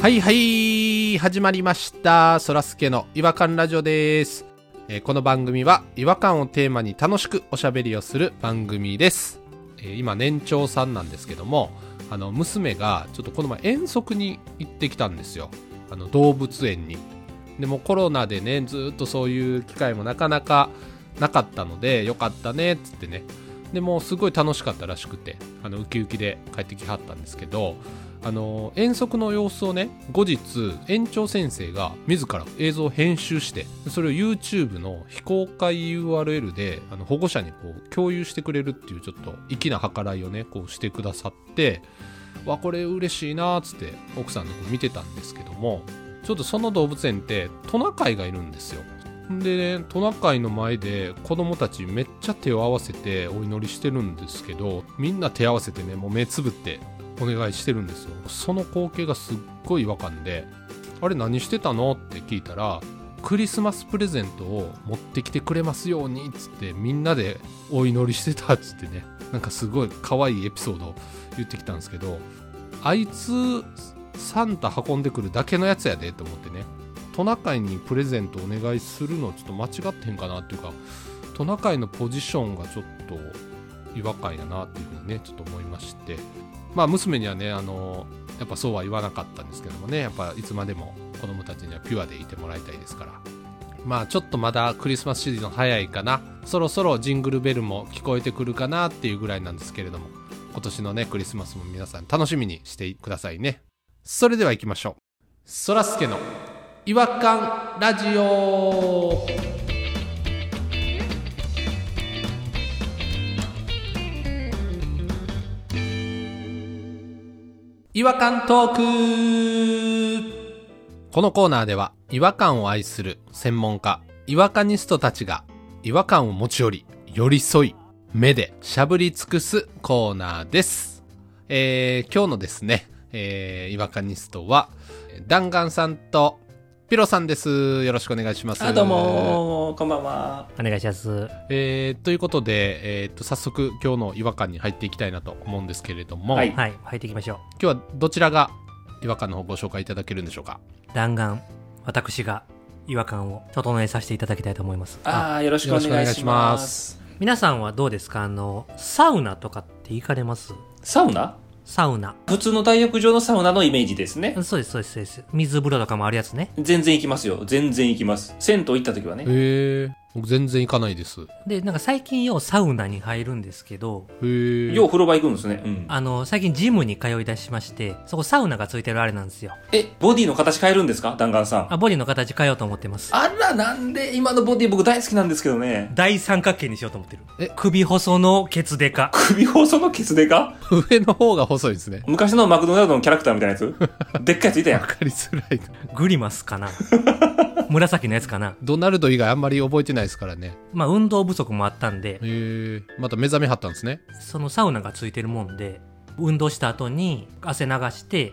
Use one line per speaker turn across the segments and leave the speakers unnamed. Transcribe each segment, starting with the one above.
はいはい始まりましたそらすけの違和感ラジオです、えーこの番組は違和感をテーマに楽しくおしゃべりをする番組です、えー今年長さんなんですけどもあの娘がちょっとこの前遠足に行ってきたんですよあの動物園にでもうコロナでねずっとそういう機会もなかなかなかったのでよかったねっつってねでもうすごい楽しかったらしくてあのウキウキで帰ってきはったんですけどあの遠足の様子をね後日園長先生が自ら映像を編集してそれを YouTube の非公開 URL であの保護者にこう共有してくれるっていうちょっと粋な計らいをねこうしてくださってわこれ嬉しいなーっつって奥さんの方見てたんですけどもちょっとその動物園ってトナカイがいるんですよでねトナカイの前で子供たちめっちゃ手を合わせてお祈りしてるんですけどみんな手合わせてねもう目つぶってお願いしてるんですよその光景がすっごい違和感であれ何してたのって聞いたらクリスマスプレゼントを持ってきてくれますようにっつってみんなでお祈りしてたっつってねなんかすごい可愛いエピソードを言ってきたんですけどあいつサンタ運んでくるだけのやつやでと思ってねトナカイにプレゼントお願いするのちょっと間違ってへんかなっていうかトナカイのポジションがちょっと違和感やなっていうふうにねちょっと思いましてまあ娘にはねあのやっぱそうは言わなかったんですけどもねやっぱいつまでも子供たちにはピュアでいてもらいたいですからまあちょっとまだクリスマスシーズン早いかなそろそろジングルベルも聞こえてくるかなっていうぐらいなんですけれども今年のねクリスマスも皆さん楽しみにしてくださいねそれでは行きましょうそらすけの違和感ラジオ違和感トークこのコーナーでは違和感を愛する専門家違和感ニストたちが違和感を持ち寄り寄り添い目でしゃぶり尽くすコーナーですえー、今日のですね、えー、違和感ニストは弾丸さんとピロさんですよろしくお願いします
あどうもこんばんは
お願いします。
えー、ということで、えー、っと早速今日の違和感に入っていきたいなと思うんですけれども、
はい
はい、入っていきましょ
今日はどちらが違和感の方をご紹介いただけるんでしょうか
う。弾丸、私が違和感を整えさせていただきたいと思います。
あーよろしくお願いします
皆さんはどうですかあの、サウナとかって行かれます
サウナ
サウナ。
普通の大浴場のサウナのイメージですね
そうです、そうです、そうです。水風呂とかもあるやつね。
全然行きますよ全然行きます銭湯行った時はね
へえ僕全然行かないですへ
で、なんか最近ようサウナに入るんですけど、
え
よう風呂場行くんですね、うん、
あの、最近ジムに通い出しまして、そこサウナがついてるあれなんですよ。
えボディの形変えるんですか弾丸さん
あ、ボディの形変えようと思ってます。
あらなんで今のボディ僕大好きなんですけどね
大三角形にしようと思ってる。
え
首細のケツデ カ。
首細のケツデカ
上の方が細いですね
昔のマクドナルドのキャラクターみたいなや つでっかいやついたやん
わかりづらいな
グリマス かな紫のやつかな
ドナルド以外あんまり覚えてないですからね
まあ運動不足もあったんで、
へえまた目覚めはったんですね
そのサウナがついてるもんで、運動した後に汗流して、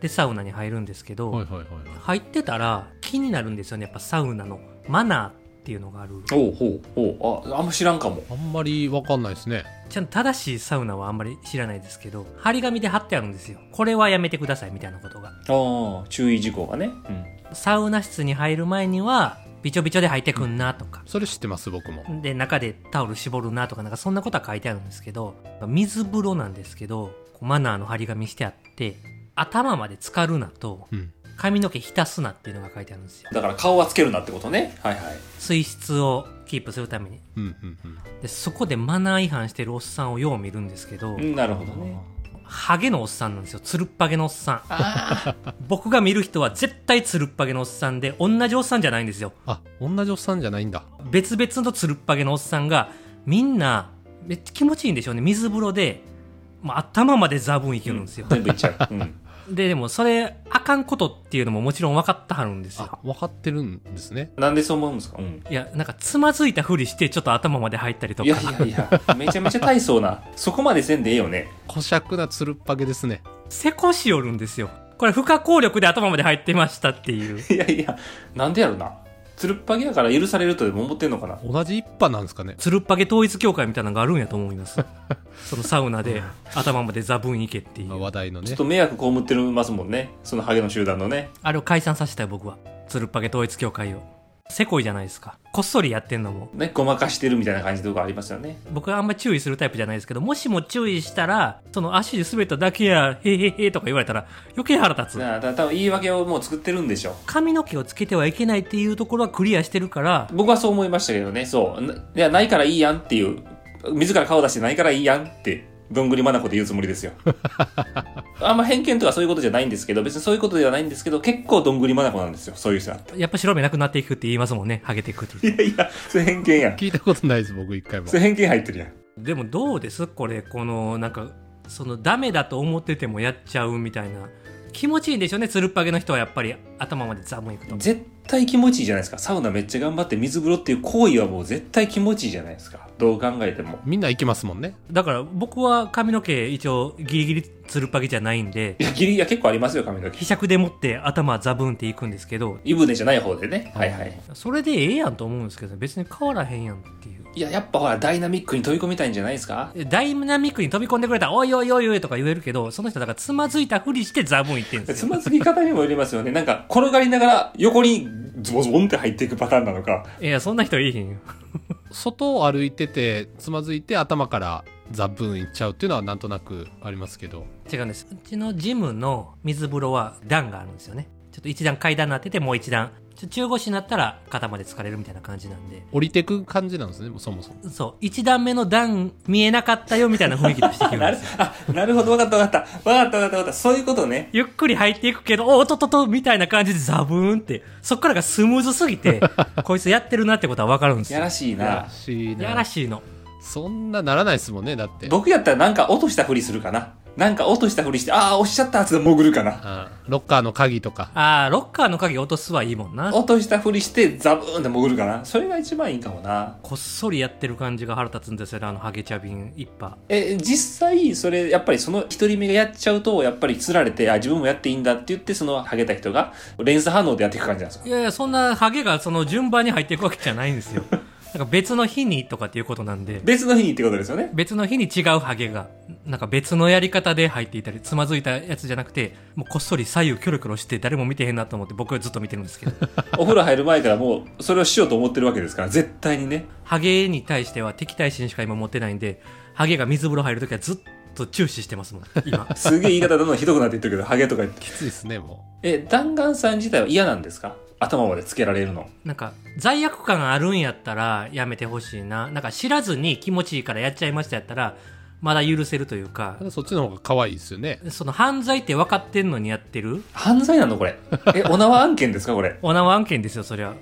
で、サウナに入るんですけど、
はいはいはい
入ってたら気になるんですよね。やっぱサウナのマナーっていうのがある。
おうほうほうああんま知らんかも
あんまりわかんないですね
ちゃんと正しいサウナはあんまり知らないですけど、張り紙で貼ってあるんですよ。これはやめてくださいみたいなことが。
ああ注意事項がね、うん、
サウナ室に入る前には、びちょびちょで入ってくんなとか、
それ知ってます僕も
で、中でタオル絞るなとか、なんかそんなことは書いてあるんですけど、水風呂なんですけど、こうマナーの張り紙してあって、頭まで浸かるなと、
うん
髪の毛浸すなっていうのが書いてあるんですよ。
だから顔はつけるなってことねはいはい
水質をキープするために。
うんうんうん
で、そこでマナー違反してるおっさんをよう見るんですけど
う、んなるほどね
ハゲのおっさんなんですよ。つるっぱげのおっさん。
あ
僕が見る人は絶対つるっぱげのおっさんで、同じおっさんじゃないんですよ。
あ同じおっさんじゃないんだ
別々のつるっぱげのおっさんが、みんな、めっちゃ気持ちいいんでしょうね。水風呂で、まあ、頭までザブンいけるんですよ。
全部いっちゃ う、うん、
で、でもそれ、あかんことっていうのももちろん分かってはるんですよ
あ。分かってるんですね
なんでそう思うんですか、うん、
いや、なんかつまずいたふりして、ちょっと頭まで入ったりと
いやい
か、
やいやめちゃめちゃ大層なそこまでせんでええよね
小尺なつるっぱげですね
せこしよるんですよ。これ、不可抗力で頭まで入ってましたっていう。
いやいやなんでやろなつるっぱげやから許されるとでも思ってんのかな
同じ一派なんですかね
つるっぱげ統一教会みたいなのがあるんやと思いますそのサウナで頭までザブンいけっていう
今話題の
ちょ
ね
っと迷惑被ってますもんね。そのハゲの集団のね。
あれを解散させたい僕はつるっぱげ統一教会をせこいじゃないですかこっそりやってんのも
ね、ごまかしてるみたいな感じのとこありますよね。
僕はあんま注意するタイプじゃないですけどもしも注意したらその足で滑っただけやへへへとか言われたら余計腹立つ
だから多分言い訳をもう作ってるんでしょう。
髪の毛をつけてはいけないっていうところはクリアしてるから
僕はそう思いましたけどね。そう。ないや、ないからいいやんっていう。自ら顔出してないからいいやんって。どんぐりまなこで言うつもりです よ。あんま偏見とかそういうことじゃないんですけど、別にそういうことではないんですけど、結構どんぐりまなこなんですよ。そういう人だって。
やっぱ白目なくなっていくって言いますもんねハゲていくって
いやいや、それ偏見やん。
聞いたことないです僕一回も
それ偏見入ってるやん。
でもどうですこれこのなんかそのダメだと思っててもやっちゃうみたいな気持ちいいんでしょうねつるっぱげの人はやっぱり頭までザムいくと
絶対気持ちいいじゃないですか。サウナめっちゃ頑張って水風呂っていう行為はもう絶対気持ちいいじゃないですか。どう考えても。
みんな行きますもんね
だから僕は髪の毛一応ギリギリつるっぱげじゃないんで
いや、ギリ、いや、結構ありますよ、髪の毛。
ひしゃくで持って頭ザブンっていくんですけど
湯船じゃない方でね。はいはい。
それでええやんと思うんですけど別に変わらへんやんっていう
いや、やっぱほら、ダイナミックに飛び込みたいんじゃないですか
ダイナミックに飛び込んでくれたら「おいおいおいおい」とか言えるけどその人だからつまずいたふりしてザブンいってるんです
つ
よ
まずき方にもよりますよね。なんか、転がりながら横にズボズボンって入っていくパターンなのか。
いやそんな人いいへんよ
外を歩いててつまずいて頭からザブーン行っちゃうっていうのはなんとなくありますけど
違うんですうちのジムの水風呂は段があるんですよねちょっと一段階段になっててもう一段ちょ中腰になったら肩まで疲れるみたいな感じなんで
降りてく感じなんですねもうそもそも
そう一段目の段見えなかったよみたいな雰囲気出してき
な
ま
る
す
あ、なるほど、わかったわかった。わかったわかったわかった。そういうことね。
ゆっくり入っていくけど、おおっとっとっと、みたいな感じでザブーンって、そっからがスムーズすぎて、こいつやってるなってことはわかるんです
や
よ。
らしい
やら
な。
しい
やら
な
しいの。
そんなならないですもんねだって
僕やったらなんか落としたふりするかな。なんか落としたふりして、ああ、落ちちゃったって潜るかな。
あロッカーの鍵とか
あー、ロッカーの鍵落とすはいいもんな。
落としたふりして、ザブーンって潜るかな。それが一番いいかもな。
こっそりやってる感じが腹立つんですよね、あのハゲ茶瓶一派。
え、実際、それ、やっぱりその一人目がやっちゃうと、やっぱり釣られて、あ、自分もやっていいんだって言って、そのハゲた人が、連鎖反応でやっていく感じなんですか
いやいや、そんなハゲがその順番に入っていくわけじゃないんですよ。 なんか別の日にとかっていうことなんで、
別の日にってことですよね。
別の日に違うハゲが、なんか別のやり方で入っていたり、つまずいたやつじゃなくて、もうこっそり左右キョロキョロして誰も見てへんなと思って僕はずっと見てるんですけど、
お風呂入る前からもう、それをしようと思ってるわけですから、絶対にね。
ハゲに対しては敵対心しか今持ってないんで、ハゲが水風呂入るときはずっと注視してますもん、 今。
すげえ言い方どんどんひどくなっていってるけど、ハゲとか言って。
きついですねも
え、弾丸さん自体は嫌なんですか頭までつけられるの。
なんか罪悪感あるんやったらやめてほしいななんか知らずに気持ちいいからやっちゃいましたやったらまだ許せるというか
うただそっちの方が可愛いですよね
その犯罪って分かってんのにやってる
犯罪なのこれ。え、お縄案件ですかこれ。
お縄案件ですよそりゃ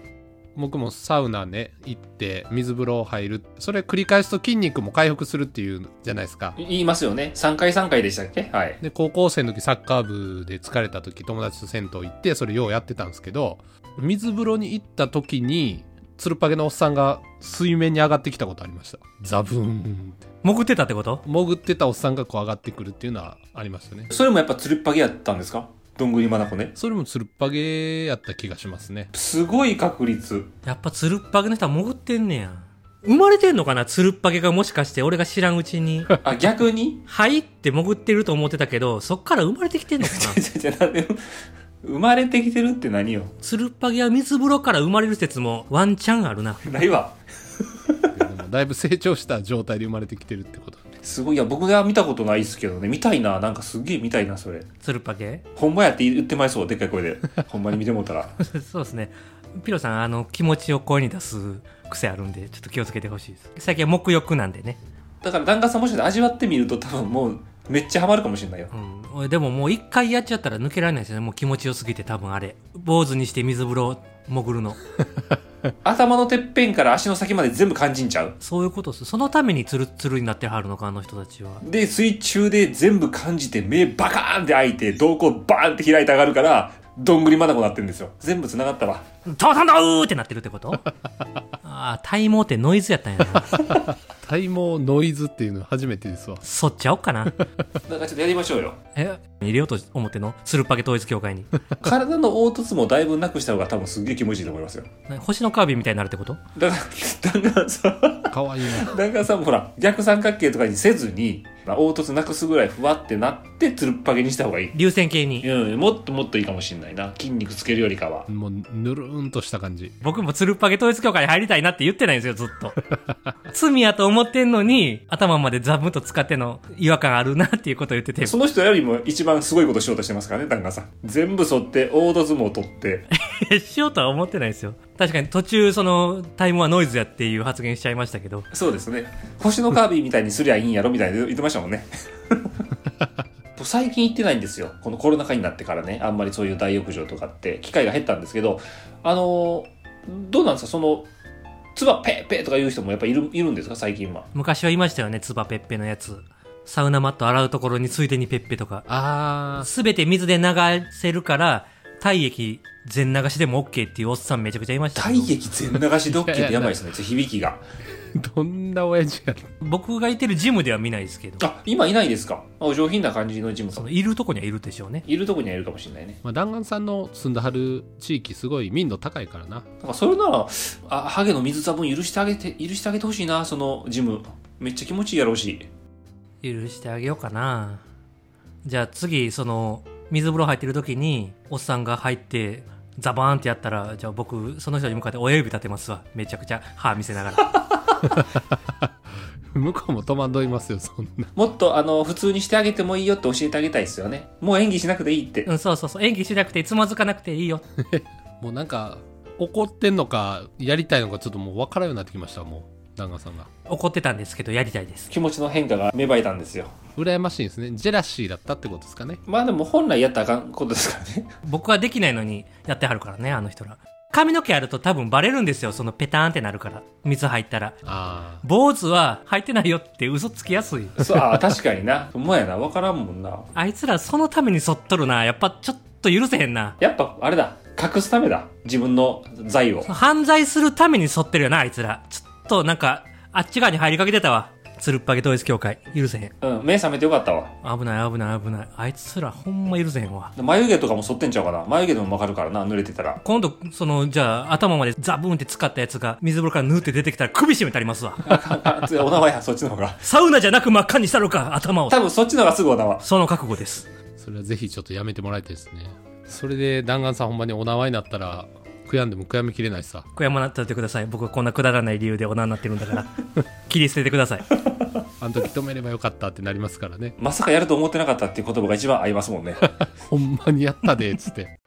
僕もサウナね行って水風呂入るそれ繰り返すと筋肉も回復するっていうじゃないですか
言いますよね。3回3回でしたっけはい。
で高校生の時サッカー部で疲れた時友達と銭湯行ってそれようやってたんですけど水風呂に行った時につるっぱげのおっさんが水面に上がってきたことありましたザブーンって
潜ってたってこと
潜ってたおっさんがこう上がってくるっていうのはありましたね
それもやっぱつるっぱげやったんですかどんぐりまなこね。
それもつるっぱげやった気がしますね
すごい確率。
やっぱつるっぱげの人は潜ってんねや生まれてんのかなつるっぱげがもしかして俺が知らんうちに
あ、逆に
入って潜ってると思ってたけどそっから生まれてきてんのかな
じゃじゃなんで生まれてきてるって何よ
つるっぱげは水風呂から生まれる説もワンチャンあるな
ないわ
でもだいぶ成長した状態で生まれてきてるってこと
すごいいや僕が見たことないですけどね見たいななんかすげえ見たいなそれ
つるっぱげ
ほんまやって言ってまいそうでっかい声で ほんまに見てもうたら
そうですね。ピロさん、あの、気持ちを声に出す癖あるんで、ちょっと気をつけてほしいです。最近は沐浴なんでね。
だから檀家さんもしかして味わってみると多分もうめっちゃハマるかもしれないよ
うん俺。でももう一回やっちゃったら抜けられないですよね。もう気持ちよすぎて多分あれ。坊主にして水風呂潜るの。
頭のてっぺんから足の先まで全部感じんちゃう
そういうことっす。そのためにツルッツルになってはるのか、あの人たちは。
で水中で全部感じて目バカーンって開いて瞳孔バーンって開いて上がるからどんぐりまなこなってるんですよ。全部繋がったわ。
トントントンってなってるってことああ、体毛ってノイズやったんやな。
体毛ノイズっていうの初めてですわ。
そっちゃおっかな。
だからちょっとやりましょうよ。
え入れようと思ってんのスルパゲ統一協会に。
体の凹凸もだいぶなくした方が多分すっげえ気持ちいいと思いますよ。
な星のカービィみたいになるってこと
だから、だから さ、
かわいいな。
だからさ、ほら、逆三角形とかにせずに、まあ凹凸なくすぐらいふわってなって、つるっぱげにした方がいい。
流線形に。
うん、もっともっといいかもしんないな。筋肉つけるよりかは。
もう、ぬるーんとした感じ。
僕もつるっぱげ統一協会に入りたいなって言ってないんですよ、ずっと。罪やと思ってんのに、頭までザブンと使ってんの違和感あるなっていうことを言ってて。
その人よりも一番すごいことしようとしてますからね、旦那さん。全部反って、凹凸も取って。
しようとは思ってないですよ。確かに途中、その、タイムはノイズやっていう発言しちゃいましたけど。
そうですね。星のカービィみたいにすりゃいいんやろみたいに言ってましたも んね。最近行ってないんですよ。このコロナ禍になってからね、あんまりそういう大浴場とかって、機会が減ったんですけど、あのーどうなんですかその、つばペーペーとか言う人もやっぱいるいるんですか最近は。
昔はいましたよね、ツバペッペのやつ。サウナマット洗うところについでにペッペとか。
あ
すべて水で流せるから、体液全流しでも OK っていうおっさんめちゃくちゃいましたけ
体
ど。
液全流しドッキーってやば いですね。響きが。
ー、どんな親父やろ。
僕がいてるジムでは見ないですけど、
あ、今いないですかあお上品な感じのジムさ
その
ん。
いるとこにはいるでしょうね。
いるとこにはいるかもしれないね。
まあ、弾丸さんの住んだはる地域、すごい民度高いからな。
なんかそれなら、あ、ハゲの水差分許してあげて、許してあげてほしいな、そのジム。めっちゃ気持ちいいやろうし。
許してあげようかな。じゃあ次、その、水風呂入ってる時に、おっさんが入って、ザバーンってやったら、じゃあ僕、その人に向かって親指立てますわ。めちゃくちゃ歯見せながら。
向こうも戸惑いますよ、そんな。
もっとあの普通にしてあげてもいいよって教えてあげたいですよね。もう演技しなくていいって。
うん、そうそうそう。演技しなくて、つまずかなくていいよ。
もうなんか、怒ってんのか、やりたいのか、ちょっともう分からんようになってきました、もう。弾丸さんが。
怒ってたんですけど、やりたいです。
気持ちの変化が芽生えたんですよ。
羨ましいですね。ジェラシーだったってことですかね。
まあでも本来やったらあかんことですからね。
僕はできないのに、やってはるからね、あの人ら。髪の毛あると多分バレるんですよ。そのペターンってなるから。水入ったら。
あ
坊主は入ってないよって嘘つきやすい。
そう、ああ、確かにな。ほんまやな。わからんもんな。
あいつらそのためにそっとるな。やっぱちょっと許せへんな。
やっぱ、あれだ。隠すためだ。自分の財を。
犯罪するためにそってるよな、あいつら。ちょっとなんか、あっち側に入りかけてたわ。つるっぱげ統一協会。許せへん。
うん、目覚めてよかったわ。
危ない危ない危ない。あいつらほんま許せへんわ。
眉毛とかも剃ってんちゃうかな。眉毛でもわかるからな、濡れてたら。
今度、その、じゃあ、頭までザブーンって使ったやつが、水風呂から縫って出てきたら首絞めたりますわ。
あかんあかんつお縄や、そっちの方が。
サウナじゃなく真っ赤にしたのか、頭を。
多分そっちの方がすぐお縄。
その覚悟です。
あ、それはぜひちょっとやめてもらいたいですね。それで弾丸さんほんまにお縄になったら、悔やんでも悔やみきれないしさ。
悔やまなっててください。僕はこんなくだらない理由でおなになってるんだから。切り捨ててください。
あの時止めればよかったってなりますからね。
まさかやると思ってなかったっていう言葉が一番合います もんね。
ほんまにやったで、つって。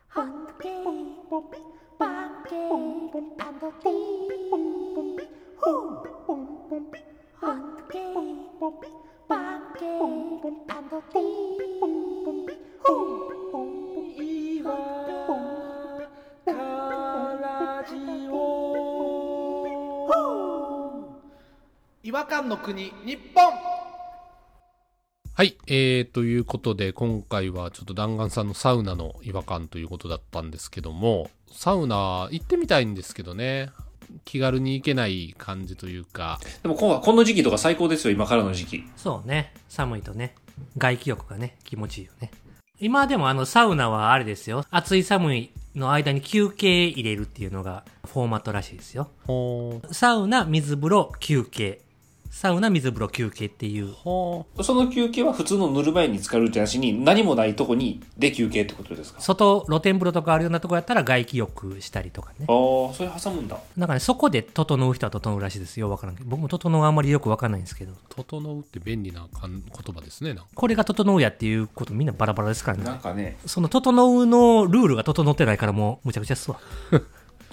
Hunky,
違和感の国日本
はい、えー、ということで、今回はちょっと弾丸さんのサウナの違和感ということだったんですけども、サウナ行ってみたいんですけどね、気軽に行けない感じというか、
でも今はこの時期とか最高ですよ、今からの時期。
そうね。寒いとね。外気浴がね、気持ちいいよね。今でもあのサウナはあれですよ。暑い寒いの間に休憩入れるっていうのがフォーマットらしいですよ。
ほー、
サウナ、水風呂、休憩。サウナ、水風呂、休憩っていう。
ほ
その休憩は普通のぬるま湯に浸かるって話に何もないとこにで休憩ってことですかあ
外、露天風呂とかあるようなとこやったら外気浴したりとかね。
あー、それ挟むんだ。
なんかね、そこで整う人は整うらしいですよ。わからんけど。僕も整うあんまりよくわかんないんですけど。
ー、整うって便利なかん言葉ですね、なんか。
これが整うやっていうことみんなバラバラですから
な
ね
ん。かね、
その整うのルールが整ってないからもうむちゃくちゃっすわ。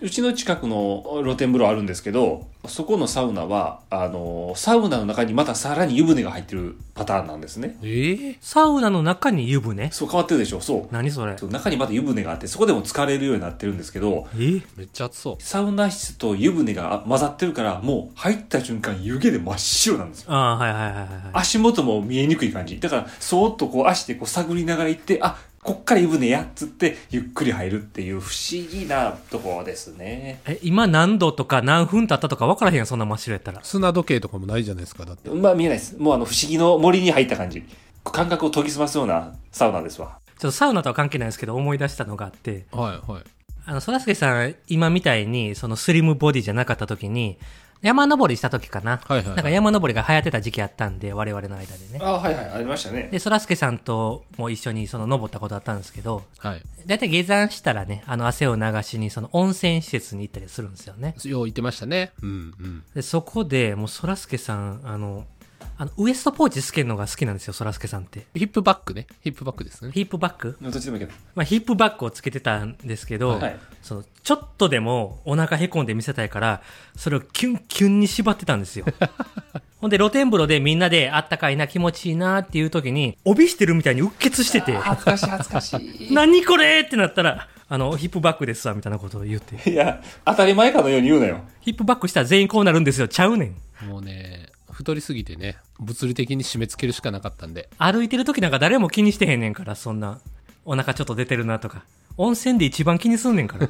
うちの近くの露天風呂あるんですけど、そこのサウナは、あのーサウナの中にまたさらに湯船が入ってるパターンなんですね。
えー、
サウナの中に湯船
そう変わってるでしょそう。
何それ
そう中にまた湯船があって、そこでも疲れるようになってるんですけど、
え
めっちゃ暑そう。
サウナ室と湯船が混ざってるから、もう入った瞬間湯気で真っ白なんですよ
ああ、はいはいはいはいはい。
足元も見えにくい感じ。だから、そーっとこう足でこう探りながら行って、あ、こっから湯船やっつって、ゆっくり入るっていう不思議なところですね。
え、今何度とか何分経ったとか分からへんやん、そんな真っ白やったら。
砂時計とかもないじゃないですかだって
まあ見えないです。もうあの不思議の森に入った感じ。感覚を研ぎ澄ますようなサウナですわ。
ちょっとサウナとは関係ないですけど、思い出したのがあって、
はいはい
あの、そらすけさん、今みたいに、そのスリムボディじゃなかった時に、山登りした時かな。
はいはいはい
なんか山登りが流行ってた時期あったんで、我々の間でね。
あはいはい、ありましたね。
で、そらすけさんとも一緒にその登ったことあったんですけど、
はい
だいたい下山したらね、あの汗を流しにその温泉施設に行ったりするんですよね。
よう言ってましたねうんうん
で、そこでもうそらすけさん、あの、あの、ウエストポーチつけるのが好きなんですよ、そらすけさんって。
ヒップバックねヒップバックですね
ヒップバック
どっちでもいいけ
まあ、ヒップバックをつけてたんですけど、
ど。はい。
そのちょっとでもお腹へこんで見せたいから、それをキュンキュンに縛ってた んですよ。ほんで露天風呂でみんなであったかいな気持ちいいなっていう時に、帯してるみたいにうっ血してて、
恥ずかしい恥ずかしい。
何これってなったら、あの、ヒップバックですわみたいなことを言って、
いや、当たり前かのように言うなよ。
ヒップバックしたら全員こうなるんですよ、ちゃうねん。
もうね太りすぎてね物理的に締め付けるしかなかったんで
歩いてる時なんか誰も気にしてへんねんから、そんな。お腹ちょっと出てるなとか。温泉で一番気にすんねんから。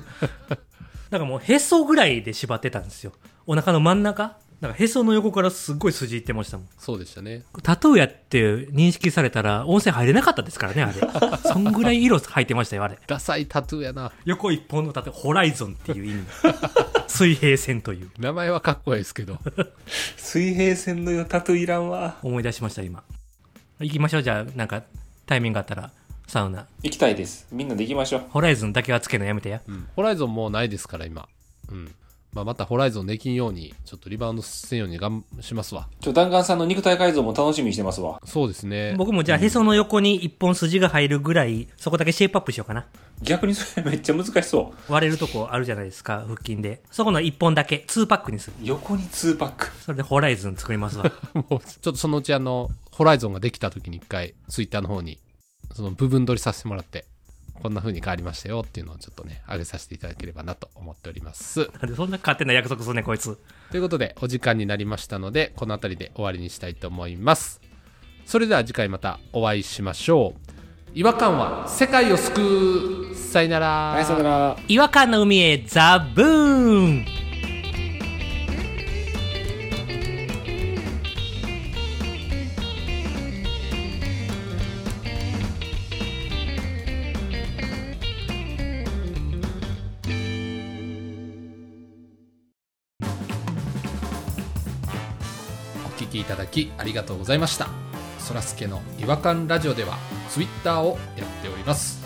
なんかもうへそぐらいで縛ってたんですよ。お腹の真ん中なんかへその横からすっごい筋いってましたもん。
そうでしたね
タトゥーやって認識されたら温泉入れなかったですからね、あれ。そんぐらい色入ってましたよ、あれ。
ダサいタトゥーやな
横一本のタトゥー、ホライゾンっていう意味。水平線という。
名前はかっこいいですけど
水平線のタトゥーいらんわ。
思い出しました、今。行きましょう、じゃあ、なんか、タイミングがあったら、サウナ。
行きたいです。みんなで行きましょう。
ホライゾンだけはつけるのやめてや。
うんホライゾンもうないですから今うんまあ、またホライゾンできんように、ちょっとリバウンドせんように頑しますわ。
ちょ、弾丸さんの肉体改造も楽しみにしてますわ。
そうですね。
僕もじゃあへその横に一本筋が入るぐらい、そこだけシェイプアップしようかな。
逆にそれめっちゃ難しそう。
割れるとこあるじゃないですか、腹筋で。そこの一本だけ、ツーパックにする。
横に2パック。
それでホライズン作りますわ。
もうちょっとそのうちあの、ホライゾンができた時に一回、ツイッターの方に、その部分撮りさせてもらって、こんな風に変わりましたよっていうのをちょっとね、上げさせていただければなと思っております。
なんでそんな勝手な約束すんねん、こいつ。
ということで、お時間になりましたので、この辺りで終わりにしたいと思います。それでは次回またお会いしましょう。違和感は世界を救うさよなら。
はい、さよなら。
違和感の海へザブーン
お聞きいただきありがとうございましたそらすけの違和感ラジオではツイッターをやっております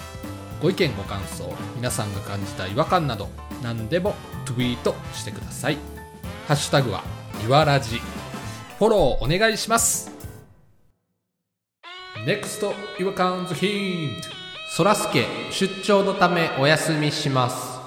ご意見ご感想皆さんが感じた違和感など何でもツイートしてくださいハッシュタグはいわらじフォローお願いします NEXT 違和感ズヒントそらすけ出張のためお休みします